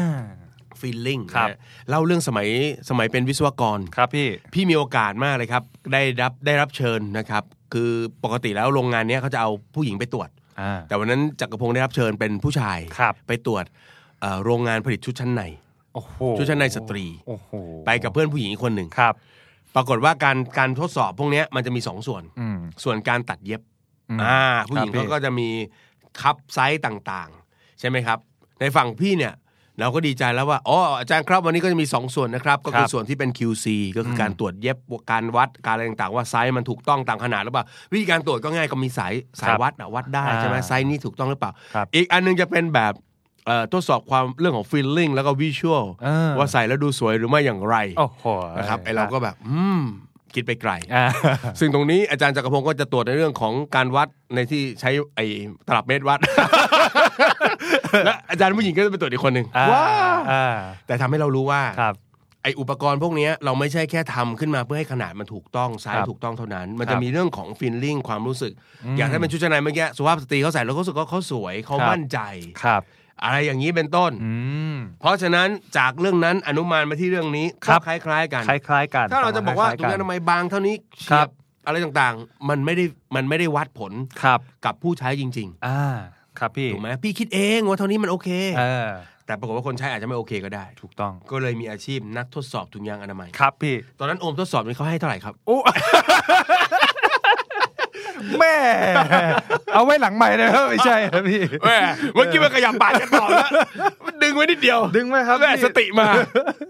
ฟีลลิ่ง
ครับ
เล่าเรื่องสมัยสมัยเป็นวิศวกร
ครับพี่
พี่มีโอกาสมากเลยครับ ได้รับได้รับเชิญนะครับ คือปกติแล้วโรงงานเนี้ยเขาจะเอาผู้หญิงไปตรวจ
อ่า
แต่วันนั้นจักรพงศ์ได้รับเชิญเป็นผู้ชาย
ครับ
ไปตรวจเอ่อโรงงานผลิตชุดชั้นใน
โอ้โห
ชุดชั้นในสตรี
โอ้โห
ไปกับเพื่อนผู้หญิงอีกคนหนึ่ง
ครับ
ปรากฏว่าการการทดสอบพวกเนี้ยมันจะมีสองส่วน
อืม
ส่วนการตัดเย็บ
ม
อ่าผู้หญิ
ค
ง
รับพี่
เขาก็จะมีคับไซส์ต่างๆ ใช่ไหมครับ ในฝั่งพี่เนี่ยเราก็ดีใจแล้วว่าอ๋ออาจารย์ครับวันนี้ก็จะมีสองส่วนนะครับ ก็คือส่วนที่เป็น QC ก็คือการตรวจเย็บการวัดการอะไรต่างๆ ว่าไซส์มันถูกต้องตามขนาดหรือเปล่าวิธีการตรวจก็ง่ายก็มีสายสายวัดอะวัดได้ใช่ไหมไซส์นี้ถูกต้องหรือเปล่า
ครับ
อีกอันหนึงจะเป็นแบบเอ่อทดสอบความเรื่องของฟีลลิ่งแล้วก็วิชวล
เออ
ว่าใส่แล้วดูสวยหรือไม่อย่างไร
โอ้โห
นะครับไอเราก็แบบ อืม คิดไปไกล
อ่า
ซึ่งตรงนี้อาจารย์จักรพงศ์ก็จะตรวจในเรื่องของการวัดในที่ใช้ไอตลับเมตรวัด และอาจารย์ผู้หญิงก็จะเป็นตรวจอีกคนหนึ่ง
อ่
ว้า
อ่า
แต่ทำให้เรารู้ว่า
ครับ
ไออุปกรณ์พวกเนี้ยเราไม่ใช่แค่ทำขึ้นมาเพื่อให้ขนาดมันถูกต้องไซ
ครั
ส์
บ
ถูกต้องเท่านั้น มัน
ครั
จะ
บ
มีเรื่องของฟีลลิ่งความรู้สึก
อืม
อย่างถ้าเป็นชุดชั้นในเมื่อกี้สุภาพสตรีเขาใส่แล้วเขารู้สึกว่าเขาสวยเขา
ครับ
มั่นใจ
ครับ
อะไรอย่างนี้เป็นต้น
อืม
เพราะฉะนั้นจากเรื่องนั้นอนุมานมาที่เรื่องนี้
ครั
ก็
บ
คล้าย ๆ กัน
คล้ายๆกัน
ถ้าเราจะบอกว่า
คล้ยๆ
ถุงยางอนามัยบางเท่านี้
ค
เฉี
รั
ย
บบ
อะไรต่างๆ มันไม่ได้มันไม่ได้วัดผล
ครับ
กับผู้ใช้จริง
อ่า ครับพี่
ๆ ถูกไหมพี่คิดเองว่าเท่านี้มันโอเค
เออ
แต่ปรากฏว่าคนใช้อาจจะไม่โอเคก็ได้
ถูกต้อง
ก็เลยมีอาชีพนักทดสอบถุงยางอนามัย
ครับพี่
ตอนนั้นโอมทดสอบนี่เขาให้เท่าไหร่ครับ
โอ้แม่ เอาไว้หลังใหม่นะครับไม่ใช่ครับพี่
แหมเมื่อกี้มันขยับปากจะตอบแล้วมันดึงไว้นิดเดียว
ดึงไหมครับ
แหม
พี่
สติมา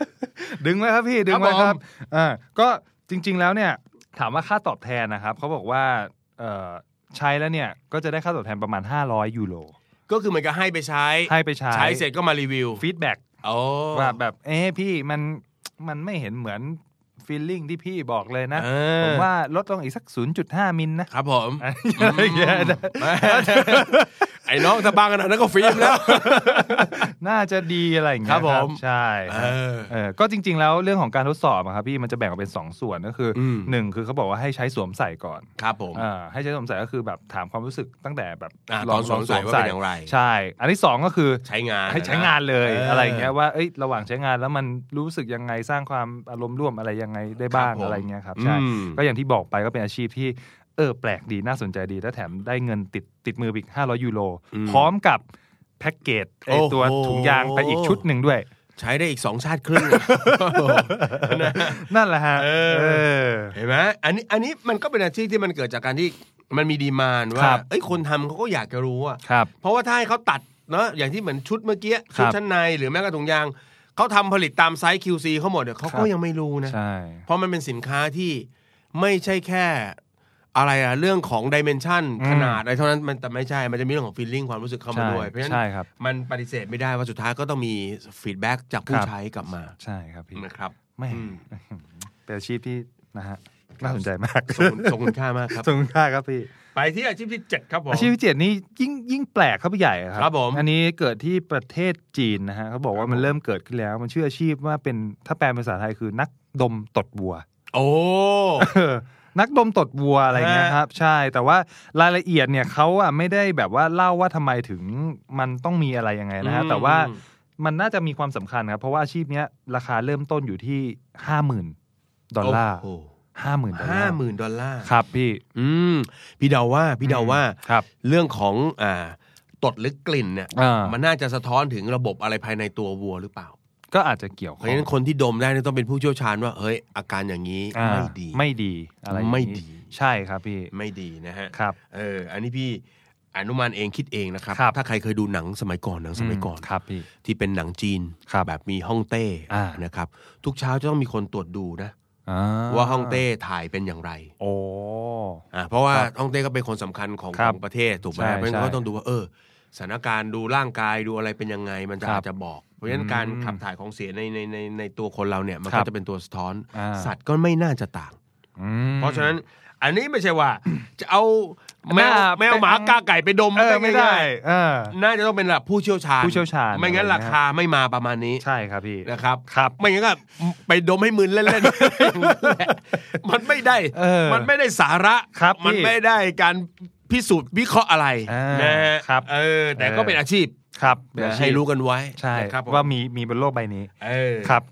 ดึงไว้ครับพี่ดึงไว้
ค
ค
รั
รั
บบ ผม
อ่าก็จริง ๆแล้วเนี่ย ถามว่าค่าตอบแทนนะครับเขาบอกว่าเอ่อใช้แล้วเนี่ยก็จะได้ค่าตอบแทนประมาณ 500 ยูโร
ก็คือเหมือนกับให้ไปใช้
ให้ไปใช้
ใช้เสร็จก็มารีวิว
ฟีดแบ็ก
โอ้
ว่าแบบ เอ้พี่มันมันไม่เห็นเหมือนฟีลลิ่งที่พี่บอกเลยนะ
เอ
ผ
อ
มว่าลดลงอีกสัก 0.5 มิลนะครับ
ผม
อะไรอย่างเงี้ยนะ
ไอ้น้องถ้าบางขนาดนั้นก็ฟิล์มแล้ว
น่าจะดีอะไรอย่างเงี้ย
ครับผม
ใช่ครับ
เออ
เออก็จริง ๆ แล้วเรื่องของการทดสอบอะครับพี่มันจะแบ่งออกเป็น 2 ส่วนก็คืออ
ม
หนึ่งคือเขาบอกว่าให้ใช้สวมใส่ก่อน
ครับผม
อ่าให้ใช้สวมใส่ก็คือแบบถามความรู้สึกตั้งแต่แบบ
ะตอนสวมใส่ว่าเป็นอย่างไร
ใช่ อันที่ 2 ก็คือ
ใช้งาน
ให้ใช้งานเลย
น
อะไรอย่างเงี้ยว่าเอ้ยระหว่างใช้งานแล้วมันรู้สึกยังไงสร้างความอารมณ์ร่วมอะไรยังไงได้บ้าง
คบผม
อะไรเงี้ยครับใช่
อืม
ก็อย่างที่บอกไปก็เป็นอาชีพที่เออแปลกดีน่าสนใจดีและแถมได้เงินติดติดมืออีก 500 ยูโรพร้อมกับแพ็กเกจไอตัวถุงยางไปอีกชุดหนึ่งด้วย
ใช้ได้อีกสองชาติครึ่ง
นั่นแหละฮะ
เออ
เออ
เห็นไหมอันนี้อันนี้มันก็เป็นอาชีพที่มันเกิดจากการที่มันมีดีมาน
ค
ว่า
รับ
เอ้ยคนทำเขาก็อยากจะรู้อะ
ครับ
เพราะว่าถ้าให้เขาตัดเนาะอย่างที่เหมือนชุดเมื่อ
ค
กี้
รับ
ชุดชั้นในหรือแม้กระทั่งถุงยางเขาทำผลิตตามไซส์ QC เขาหมดเนี่ยเขา
ครั
ก็
บ
ยังไม่รู้นะ
ใช่
เพราะมันเป็นสินค้าที่ไม่ใช่แค่อะไรอะเรื่องของดิเมนชัน
อืม
ขนาดอะไรเท่านั้นมันแต่ไม่ใช่มันจะมีเรื่องของฟีลลิ่งความรู้สึกเข้ามาด้วยเพราะฉะนั้น
ใช่ครับ
มันปฏิเสธไม่ได้ว่าสุดท้ายก็ต้องมีฟีดแบ็กจากผู้
ครับ
ใช้กลับมา
ใช่ครับพี่
นะครับ
ไม่
อืม
เป็นอาชีพที่นะฮะน่าสนใจมาก
ทรงคุณทรงคุณค่ามากครับ
สงค่าครับพี่
ไปที่อาชีพที่ 7 ครับผม
อาชีพที่เจ็ดนี้ยิ่งยิ่งแปลกเข้าไปใหญ่อะครับ
ครับผม
อันนี้เกิดที่ประเทศจีนนะฮะเขาบอก
ค
ว่า
รับ
มัน
ผม
เริ่มเกิดขึ้นแล้ว มันชื่ออาชีพว่าเป็นถ้าแปลเป็นภาษาไทยคือนักดมตดวั ว
โอ้
เออนักดมตดวัวอะไรเงี้ยครับ ใช่แต่ว่ารายละเอียดเนี่ยเขาอ่ะไม่ได้แบบว่าเล่าว่าทำไมถึงมันต้องมีอะไรยังไงนะฮะ
อืม
แต่ว่ามันน่าจะมีความสำคัญครับ เพราะว่าอาชีพเนี้ยราคาเริ่มต้นอยู่ที่ห้าหมื่นดอลลาร์
โโ
ห้าหมื่นดอล
ห้า
ลาร์
หมื่นดอลลาร์
ครับพี่
อืมพี่เดาว่าพี่เดาว่า
ครับ
เรื่องของอ่าตดหรือกลิ่นเนี่ย
อ่ามั
มันน่าจะสะท้อนถึงระบบอะไรภายในตัววัวหรือเปล่า
ก็อาจจะเกี่ยว
เพ
ข้
ราะ
อ
ฉะ
ง
นั้นคนที่ดมได้เนี่ยต้องเป็นผู้เชี่ยวชาญว่าเฮ้ยอาการอย่างนี้
อ่า
ไม่ดี
ไม่ดีอะไรอย่างนี้
ไม่ดี
ใช่ครับพี่
ไม่ดีนะฮะ
ครับ
เออ อันนี้พี่อนุมานเองคิดเองนะครับ
ครับ
ถ้าใครเคยดูหนังสมัยก่อนหนังสมัยก่อน
ครับพี่
ที่เป็นหนังจีน
ครับ
แบบมีฮ่องเต้
อ่าน
นะครับ ทุกเช้าจะต้องมีคนตรวจดูนะ
อ่
ว่าฮ่องเต้ถ่ายเป็นอย่างไร
โอ้
อ่าเพราะว่า
ครับ
ฮ่องเต้ก็เป็นคนสำคัญของ
ครั
ข
บ
องประเทศถูกไหม
ใช่
เพราะฉะนั้น
ใช่
เขาก็ต้องดูว่าเออสถานการณ์ดูร่างกายดูอะไรเป็นยังไง มันจะ
ครับ
อาจจะบอก เพราะฉะนั้นการ
อืม
ขับถ่ายของเสียในในในในตัวคนเราเนี่ยมัน
ครั
ก็
บ
จะเป็นตัวสะท้อน
อ่า
สัตว์ก็ไม่น่าจะต่าง
อืม
เพราะฉะนั้นอันนี้ไม่ใช่ว่า จะเอา
ห
แมว
น้า
แมว
เป็น
หมากาไก่ไปดม
เออ
ง่ายๆ
ไม่ได้เออ
น่าจะต้องเป็นระดับผู้เชี่ยวชาญ
ผู้เชี่ยวชาญ
ไม่งั้น
อะไร
ราคาไม่มาประมาณนี้
ใช่ครับพี่
นะครับ
ครับ
ไม่งั้นก็ไปดมให้มึนเล่นๆ มันไม่ได้
เออ
มันไม่ได้สาระ
ครับ
มัน
พี่
ไม่ได้การพิสูจน์วิเคราะห์อะไร
อ่า
นะฮะ
ครับ
เออ แต่ก็
เออ
เป็นอาชีพ
ครับ
นะ
อาชีพ
ให้รู้กันไว้
ใช่
นะครับผม
ว่ามีมีบนโลกใบนี้
เออ
ครับ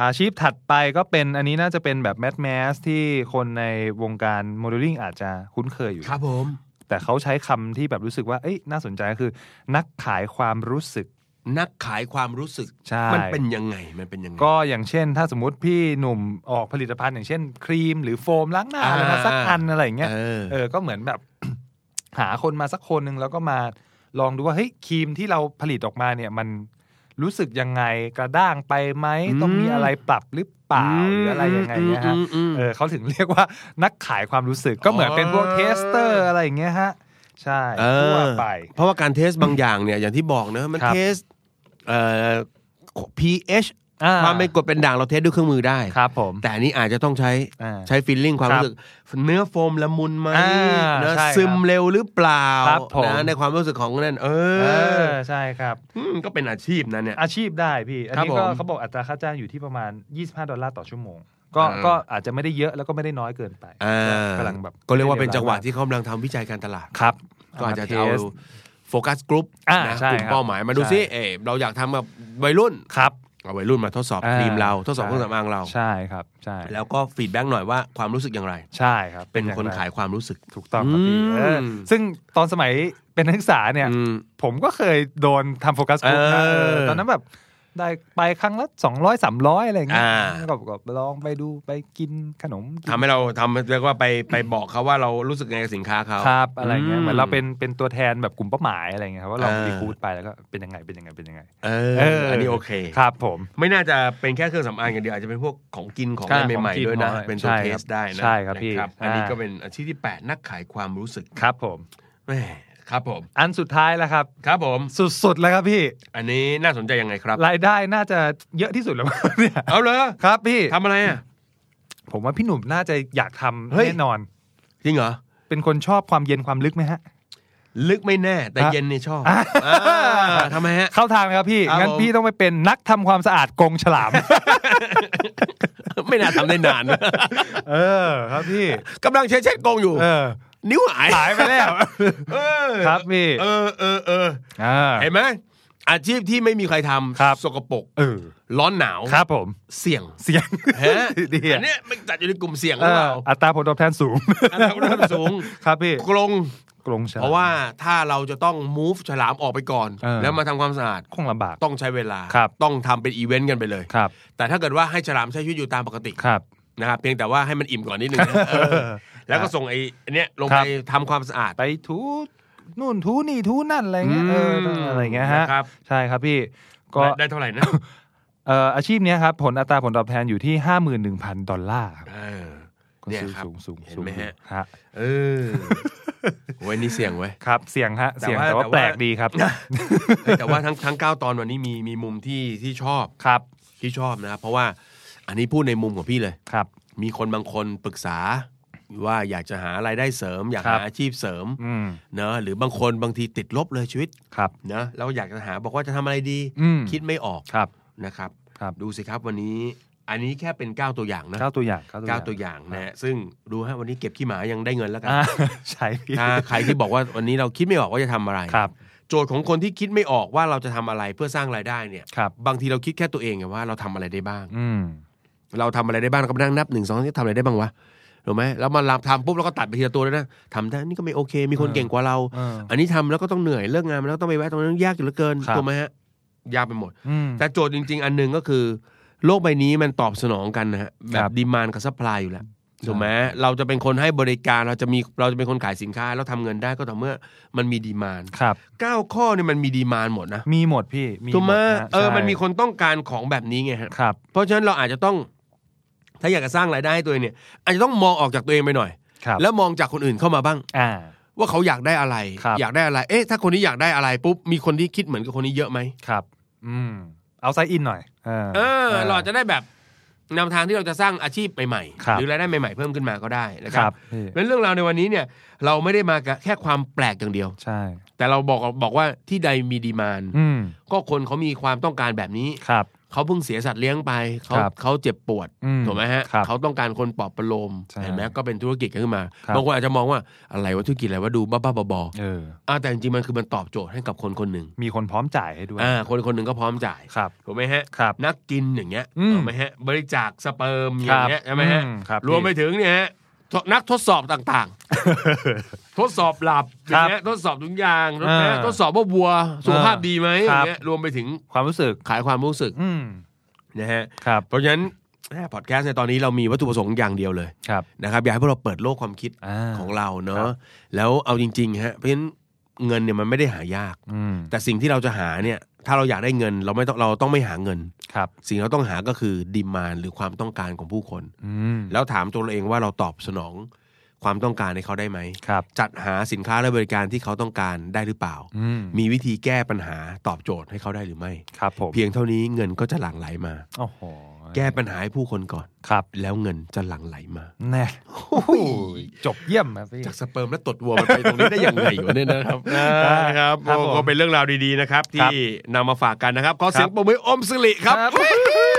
อาชีพถัดไปก็เป็นอันนี้น่าจะเป็นแบบแมสแมสที่คนในวงการโมเดลลิ่งอาจจะคุ้นเคยอยู่
ครับผม
แต่เขาใช้คำที่แบบรู้สึกว่าเอ้ยน่าสนใจก็คือ นักขายความรู้สึก
นักขายความรู้สึก
ใช่
มันเป็นยังไง มันเป็นยังไง
ก็อย่างเช่น ถ้าสมมติพี่หนุ่มออกผลิตภัณฑ์อย่างเช่น ครีมหรือโฟมล้างหน้า
อ่า
อะไรมาสักอันอะไรอย่างเงี้ย
เออ
เออก็เหมือนแบบ หาคนมาสักคนหนึ่งแล้วก็มาลองดูว่าเฮ้ยครีมที่เราผลิตออกมาเนี่ยมันรู้สึกยังไงกระด้างไปไหม
อืม
ต้องมีอะไรปรับหรือเปล่าหรืออะไรยังไงเนี่ยฮะ
อืมอืม
เอ
อืม
อเขาถึงเรียกว่านักขายความรู้สึกก็เหมือนเป็นพวก
อ๋อ
เทสเตอร์อะไรอย่างเงี้ยฮะใช่
เอ
ทั่ว
อ
ไป
เพราะว่าการเทสบางอย่างเนี่ยอย่างที่บอกเนอะมัน
ครับ
เทสเอ่อ pH
อ่า
ถ้าไม่กดเป็นด่างเราเทสด้วยเครื่องมือได้
ครับผม
แต่อันนี้อาจจะต้องใช้
อ่า
ใช้ฟีลลิ่งความ
ครับ
รู้สึก เนื้อโฟมละมุนไหม
อ่า
เนื้อ
ใช่ครับ
ซึมเร็วหรือเปล่า
ครับผม
นะในความรู้สึกของนั่นเอ
เอ
อ
อใช่ครับ
มก็เป็นอาชีพนะเนี่ย
อาชีพได้พี่ อันนี้
ครั
ก็
บผม
เขาบอกอัตราค่าจ้างอยู่ที่ประมาณ 25 ดอลลาร์ต่อชั่วโมง ก็
อ่า
ก็อาจจะไม่ได้เยอะแล้วก็ไม่ได้น้อยเกินไป
อ่าก
ำลังแบบ
ก็เรียกว่าเป็นจังหวะที่เขากำลังทำวิจัยการตลาด
ครับ
ก็อาจจะ
มท
เอา
ส
โฟกัสกลุ่ม
อ่า
นะ
ใช่
กลุ่ม
ครับ
เป้าหมายมาดูซิ
ใช่
เออเราอยากทำแบบวัยรุ่น
ครับ
เอาวัยรุ่นมาทดสอบ
อ่า
ทีมเราทดสอบเครื่องสำอางเรา
ใช่ครับ ใช่
แล้วก็ฟีดแบ็กหน่อยว่าความรู้สึกอย่างไร
ใช่ครับ
เป็น
อง
คน
ไร
ขายความรู้สึก
ถูกต้องครับพี่
อืม
เออซึ่งตอนสมัยเป็นนักศึกษาเนี่ย
อืม
ผมก็เคยโดนทำโฟกัสกลุ่มนะ
เออ
เออตอนนั้นแบบได้ไปครั้งละสองร้อยสามร้อยอะไรอย่างเงี้ย
อ่า
ก็ก็ลองไปดูไปกินขนมกิน
ทำให้เราทำเรียกว่าไปไปบอกเขาว่าเรารู้สึกไงกับสินค้าเขา
ครับอะไรเงี้ย
อืม
เหมือนเราเป็นเป็นตัวแทนแบบกลุ่มเป้าหมายอะไรเงี้ยครับว่าเรา
เออ
ดีคูดไปแล้วก็เป็นยังไงเป็นยังไงเป็นยังไง
เอ
เออ
อ
อั
อันนี้โอเค
ครับผม
ไม่น่าจะเป็นแค่เครื่องสำอางอย่างเดียว อาจจะเป็นพวกของกินของ
ใช่
อะไรใหม่
ของกิ
ๆ
น
ด้วยนะ
ของอะไร
เป็นตัว
ใช่
เท
ครั
ส
บ
ได้นะ
ใช่ครับพี่
นะอันนี้
อ่า
ก็เป็นอาชีพที่ 8 นักขายความรู้สึก
ครับผม
แหม่ครับผม
อันสุดท้ายแล้วครับ
ครับผม
สุดๆแล้วครับพี่
อันนี้น่าสนใจยังไงครับ
รายได้น่าจะเยอะที่สุดแล้ว มั้งเนี่ย
เอาเลย
ครับพี่
ทำอะไรอ่ะ
ผมว่าพี่หนุ่มน่าจะอยากทำ
เฮ้ย
แน่นอน
จริงเหรอ
เป็นคนชอบความเย็นความลึกไหมฮะ
ลึกไม่แน่ แต่
ฮะ
เย็นเนี่ยชอบอ่าทำไมฮะ
เข้าทางนะครับพี่
ครับ
งั้น
ผม
พี่ต้องไปเป็นนักทำความสะอาดกรงฉลาม
ไม่น่าทำได้นานนะ
เออ ครับพี่
กำลังเช็ดเช็ดกรงอยู่
เออ
นิ้วหาย
หายไปแล้ว
เออ
ครับพี่
เออเออเออ
อ่า
เห็นไหมอาชีพที่ไม่มีใครท
ครับ
ำสกปรก
เออ
ร้อนหนาว
ครับผม
เสี่ยง
เสียง
ฮะ
ดีอะ
อันเนี้ยมันจัดอยู่ในกลุ่มเสี่ยงห
เอ
รือ
อ
เปล่า
อัตราผลตอบแทนสูง
อันดับเริ่มสูง
ครับพี่
กรง
กรงฉลม
เพราะว่าถ้าเราจะต้อง move ฉลามออกไปก่อน
เออ
แล้วมาทำความสะอาด
คงลำบาก
ต้องใช้เวลา
ครับ
ต้องทำเป็นอีเวนต์กันไปเลย
ครับ
แต่ถ้าเกิดว่าให้ฉลามใช้ชีวิตอยู่ตามปกติ
ครับ
นะครับเพียงแต่ว่าให้มันอิ่มก่อนนิดนึงนะเออแล้วก็ส่งไอ้เนี้ยลง
ครั
ไป
บ
ทำความสะอาด
ไปถูนู่นถูนี่ถูนั่นอะไรเงี้ยเออ
ม
อะไรเงี้ยฮะ
นะครับ
ใช่ครับพี่ก็
ได้ได้เท่าไหร่นะ
เอ่ออาชีพเนี้ยครับ ผลอัตราผลตอบแทนอยู่ที่ห้าหมื่นหนึ่งพันดอลลาร์ครับ
เออ
ก็
เนี่ย
สูง
ครับ
สูงสูง
เห็น
สูง
ไหมฮะ
ฮะ
เออเว้ยนี่เสี่ยงเว้ย
ครับ เสียงฮะ เสียง
แต่
แต่
ว่า
ว่าแปลก
แต่ว่า
ดีครับ
เฮ้ยแต่ว่าทั้งทั้งเก้าตอนวันนี้มีมีมุมที่ที่ชอบ
ครับ
ที่ชอบนะครับเพราะว่าอันนี้พูดในมุมของพี่เลย
ครับ
มีคนบางคนปรึกษา ว่าอยากจะหารายได้เสริม อยาก
ครับ
หาอาชีพเสริม
อืม
เนอะหรือบางคนบางทีติดลบเลยชีวิต
ครับ
นะแล้วอยากจะหาบอกว่าจะทำอะไรดี
อืม
คิดไม่ออก
ครับ
นะครับ
ครับ
ดูสิครับวันนี้ อันนี้แค่เป็น 9 ตัวอย่างนะ
เก้าตัวอย่าง
เก้าตัวอย่างนะฮะซึ่งดูฮะวันนี้เก็บขี้หมายังได้เงินแล้วกัน
อ่า ใช่พี่
ถ้าใครที่บอกว่าวันนี้เราคิดไม่ออกว่าจะทำอะไร
ครับ
โจทย์ของคนที่คิดไม่ออกว่าเราจะทำอะไรเพื่อสร้างรายได้เนี่ย
ครับ
บางทีเราคิดแค่ตัวเองไงว่าเราทำอะไรได้บ้าง
อืม
เราทำอะไรได้บ้างเราก็มานั่งนับหนึ่งสองที่ทำอะไรได้บ้างวะถูกไหมแล้วมาลามทำปุ๊บเราก็ตัดไปทีละตัวเลยนะทำได้นี่ก็ไม่โอเค มีคน
เออ
เก่งกว่าเรา
เออ
อันนี้ทำแล้วก็ต้องเหนื่อยเลิกงานมาแล้วก็ต้องไปแวะตรงนั้นยากอยู่เหลือเกิน
ครับ
ถูกไหมฮะยากไปหมด
อืม
แต่โจทย์จริง ๆ อันหนึ่งก็คือ โลกใบนี้มันตอบสนองกันนะฮะแบ
ครับ บ
ดีมานกับซัพพลายอยู่แล้วถูกไหมเราจะเป็นคนให้บริการเราจะมีเราจะเป็นคนขายสินค้าแล้วทำเงินได้ก็ต่อเมื่อมันมีดีมาน
ครับ
เก้าข้อเนี่ยมันมีดีมานหมดนะ
มีหมดพี่ มี
ถูกไหม
ดนะ
เออ
ใช่
มันมีคนต้องการของแบบนี้ไงฮะ
ครับ
เพราะฉะนั้นเราอาจจะต้อง ถ้าอยากจะสร้างรายได้ให้ตัวเองเนี่ย อาจจะต้องมองออกจากตัวเองไปหน่อย
ครับ
แล้วมองจากคนอื่นเข้ามาบ้าง
อ่า
ว่าเขาอยากได้อะไร
ครับ
อยากได้อะไร เอ๊ะ ถ้าคนนี้อยากได้อะไรปุ๊บ มีคนที่คิดเหมือนกับคนนี้เยอะไหม
ครับ อืม เอาไซด์อินหน่อย เออ
เออ เราอาจจะได้แบบแนวทางที่เราจะสร้างอาชีพใหม่
ครับ
ๆหรือรายได้ใหม่ๆ เพิ่มขึ้นมาก็ได้นะค
ค
รั
รั
บบ
พี่
เพราะฉะนั้นเรื่องราวในวันนี้เนี่ย เราไม่ได้มากับแค่ความแปลกอย่างเดียว
ใช่
แต่เราบอกบอกว่าที่ใดมีดีมาน
อืม
ก็คนเขามีความต้องการแบบนี้
ครับ
เขาเพิ่งเสียสัตว์เลี้ยงไปเขา
ครับ
เขาเจ็บปวด
อืม
ถูกไหมฮะ
ครับ
เขาต้องการคนปลอบประโลม
ใช่
เห็นไหมก็เป็นธุรกิจขึ้นมา
ครับ
บางคนอาจจะมองว่าอะไรว่าธุรกิจอะไรว่าดูบ้าๆบอ
เออ
ๆอ่าแต่จริงๆมันคือมันตอบโจทย์ให้กับคนคนหนึ่ง
มีคนพร้อมจ่ายให้ด้วย
อ่าคนคนหนึ่งก็พร้อมจ่าย
ครับ
ถูกไหมฮะ
ครับ
นักกินอย่างเงี้ย
อืม
ถูกไหมฮะบริจาคสเปิร์มอ
ครั
ย่าง
บ
เงี้ยใช่ไหมฮะ
อืมครับ
รวมไปถึงเนี่ยฮะทนักทดสอบต่าง ๆ ทดสอบหลับอ
ครั
ย่า
บ
งเงี้ยทดสอบทุกอย่างทด
อ่า
ทดสอบว่าวัวสุขภาพดีไหมอ
ครับ
ย่างเงี้ยรวมไปถึง
ความรู้สึก
ขายความรู้สึก
อืม
นะฮะ
ครับ
เพราะฉะนั้นพอดแคสต์ในตอนนี้เรามีวัตถุประสงค์อย่างเดียวเลย
ครับ
นะครับอยากให้พวกเราเปิดโลกความคิด
อ่า
ของเรา
ครั
เนาะ
บ
แล้วเอาจริงๆฮะเพราะฉะนั้นเงินเนี่ยมันไม่ได้หายาก
อืม
แต่สิ่งที่เราจะหาเนี่ยถ้าเราอยากได้เงินเราไม่ต้องเราต้องไม่หาเงิน
ครับ
สิ่งที่เราต้องหาก็คือดีมานหรือความต้องการของผู้คน
อืม
แล้วถามตัวเราเองว่าเราตอบสนอง ความต้องการให้เขาได้ไหม
ครับ
จัดหาสินค้าและบริการที่เขาต้องการได้หรือเปล่า
อืม
มีวิธีแก้ปัญหาตอบโจทย์ให้เขาได้หรือไม่
ครับผม
เพียงเท่านี้เงินก็จะหลั่งไหลมา
โอ้โห
แก้ปัญหาให้ผู้คนก่อน
ครับ
แล้วเงินจะหลั่งไหลมา
แน่จบเยี่ยมครับพี่
จากสเปิร์มและตดวัวมันไปตรงนี้ได้อย่างไรอยู่เนี่ยนะครับ นะครับ
ครับผม
โอ้ก็เป็นเรื่องราวดีๆนะครับ
ครั
ที่
บ
นำมาฝากกันนะครับขอเสียง
ครับ
ปรบมืออมสิริครับ
ครับ
เฮ้ย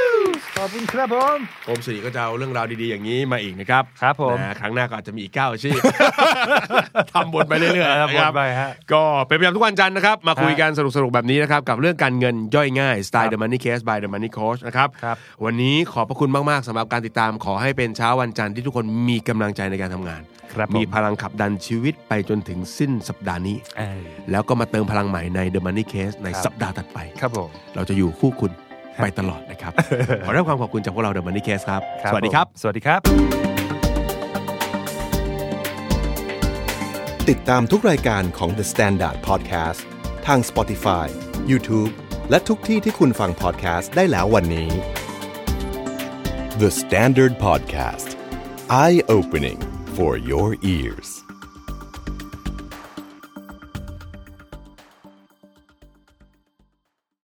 ขอบคุณครับผม
อมสิริก็จะเอาเรื่องราวดีๆอย่างนี้มาอีกนะครับ
ครับผม
นะครั้งหน้าก็อาจจะมีอีกเก้าอาชีพ ทำบนไปเรื่อยๆ
ครับ
นะ
ผ
ค
ม
รับ
ไปฮะ
ก็เป็นประจำทุกวันจันทร์นะครับ มาคุย
ฮะ
กันสนุกๆ แบบนี้นะครับ กับเรื่องการเงินย่อยง่าย
ครั
Style
บ
The Money Case by The Money Coach นะครับ
ครับ
วันนี้ขอบพระคุณมากๆสำหรับการติดตามขอให้เป็นเช้าวันจันทร์ที่ทุกคนมีกำลังใจในการทำงาน
ครับผ
มี
ม
พลังขับดันชีวิตไปจนถึงสิ้นสัปดาห์นี้
เออ
แล้วก็มาเติมพลังใหม่ใน The Money Case ใน
ครับ
สัปดาห์ถัดไป
ครับผม
เราจะอยู่คู่คุณไปตลอดนะครับ ขอรับความขอบคุณจากพวกเรา The Money Case ครับ สวัสดีครับ
สวัสดีครับ
ติดตามทุกรายการของ The Standard Podcast ทาง Spotify, YouTube และทุกที่ที่คุณฟัง podcast ได้แล้ววันนี้ The Standard Podcast Eye Opening for Your Ears